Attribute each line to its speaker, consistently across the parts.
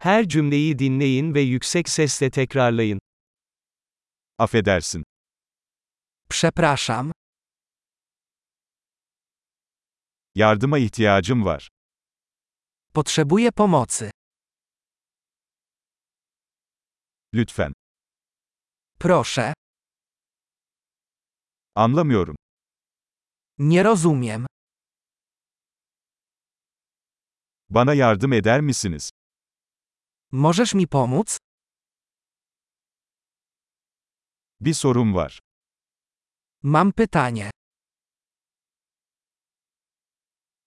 Speaker 1: Her cümleyi dinleyin ve yüksek sesle tekrarlayın.
Speaker 2: Affedersin.
Speaker 3: Przepraszam,
Speaker 2: Yardıma ihtiyacım var.
Speaker 3: potrzebuję pomocy.
Speaker 2: Lütfen.
Speaker 3: Proszę,
Speaker 2: Anlamıyorum.
Speaker 3: nie rozumiem.
Speaker 2: Bana yardım eder misiniz?
Speaker 3: Możesz mi pomóc?
Speaker 2: Bir sorum var.
Speaker 3: Mam pytanie.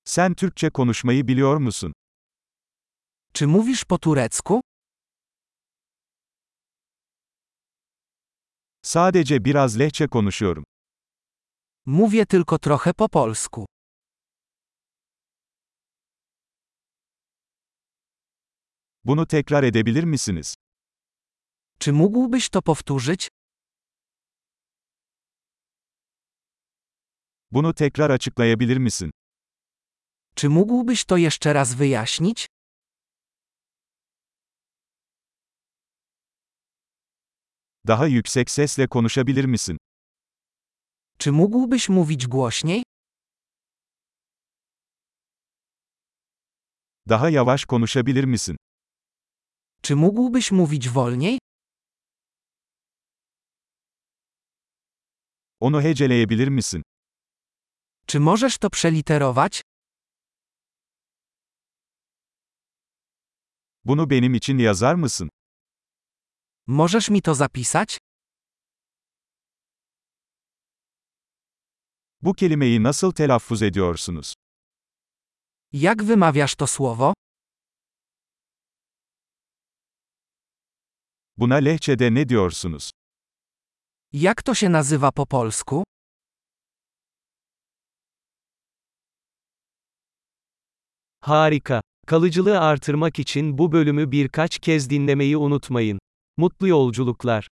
Speaker 2: Sen Türkçe konuşmayı biliyor musun?
Speaker 3: Czy mówisz po turecku?
Speaker 2: Sadece biraz lehçe konuşuyorum.
Speaker 3: Mówię tylko trochę po polsku.
Speaker 2: Bunu tekrar edebilir misiniz?
Speaker 3: Czy mógłbyś to powtórzyć?
Speaker 2: Bunu tekrar açıklayabilir misin?
Speaker 3: Czy mógłbyś to jeszcze raz wyjaśnić?
Speaker 2: Daha yüksek sesle konuşabilir misin?
Speaker 3: Czy mógłbyś mówić głośniej?
Speaker 2: Daha yavaş konuşabilir misin?
Speaker 3: Czy mógłbyş mówić wolniej?
Speaker 2: Onu heceleyebilir misin?
Speaker 3: Czy możesz to przeliterować?
Speaker 2: Bunu benim için yazar mısın?
Speaker 3: Możesz mi to zapisać?
Speaker 2: Bu kelimeyi nasıl telaffuz ediyorsunuz?
Speaker 3: Jak wymawiasz to słowo?
Speaker 2: Buna lehçede ne diyorsunuz?
Speaker 3: Jak to się nazywa po polsku?
Speaker 1: Harika. Kalıcılığı artırmak için bu bölümü birkaç kez dinlemeyi unutmayın. Mutlu yolculuklar.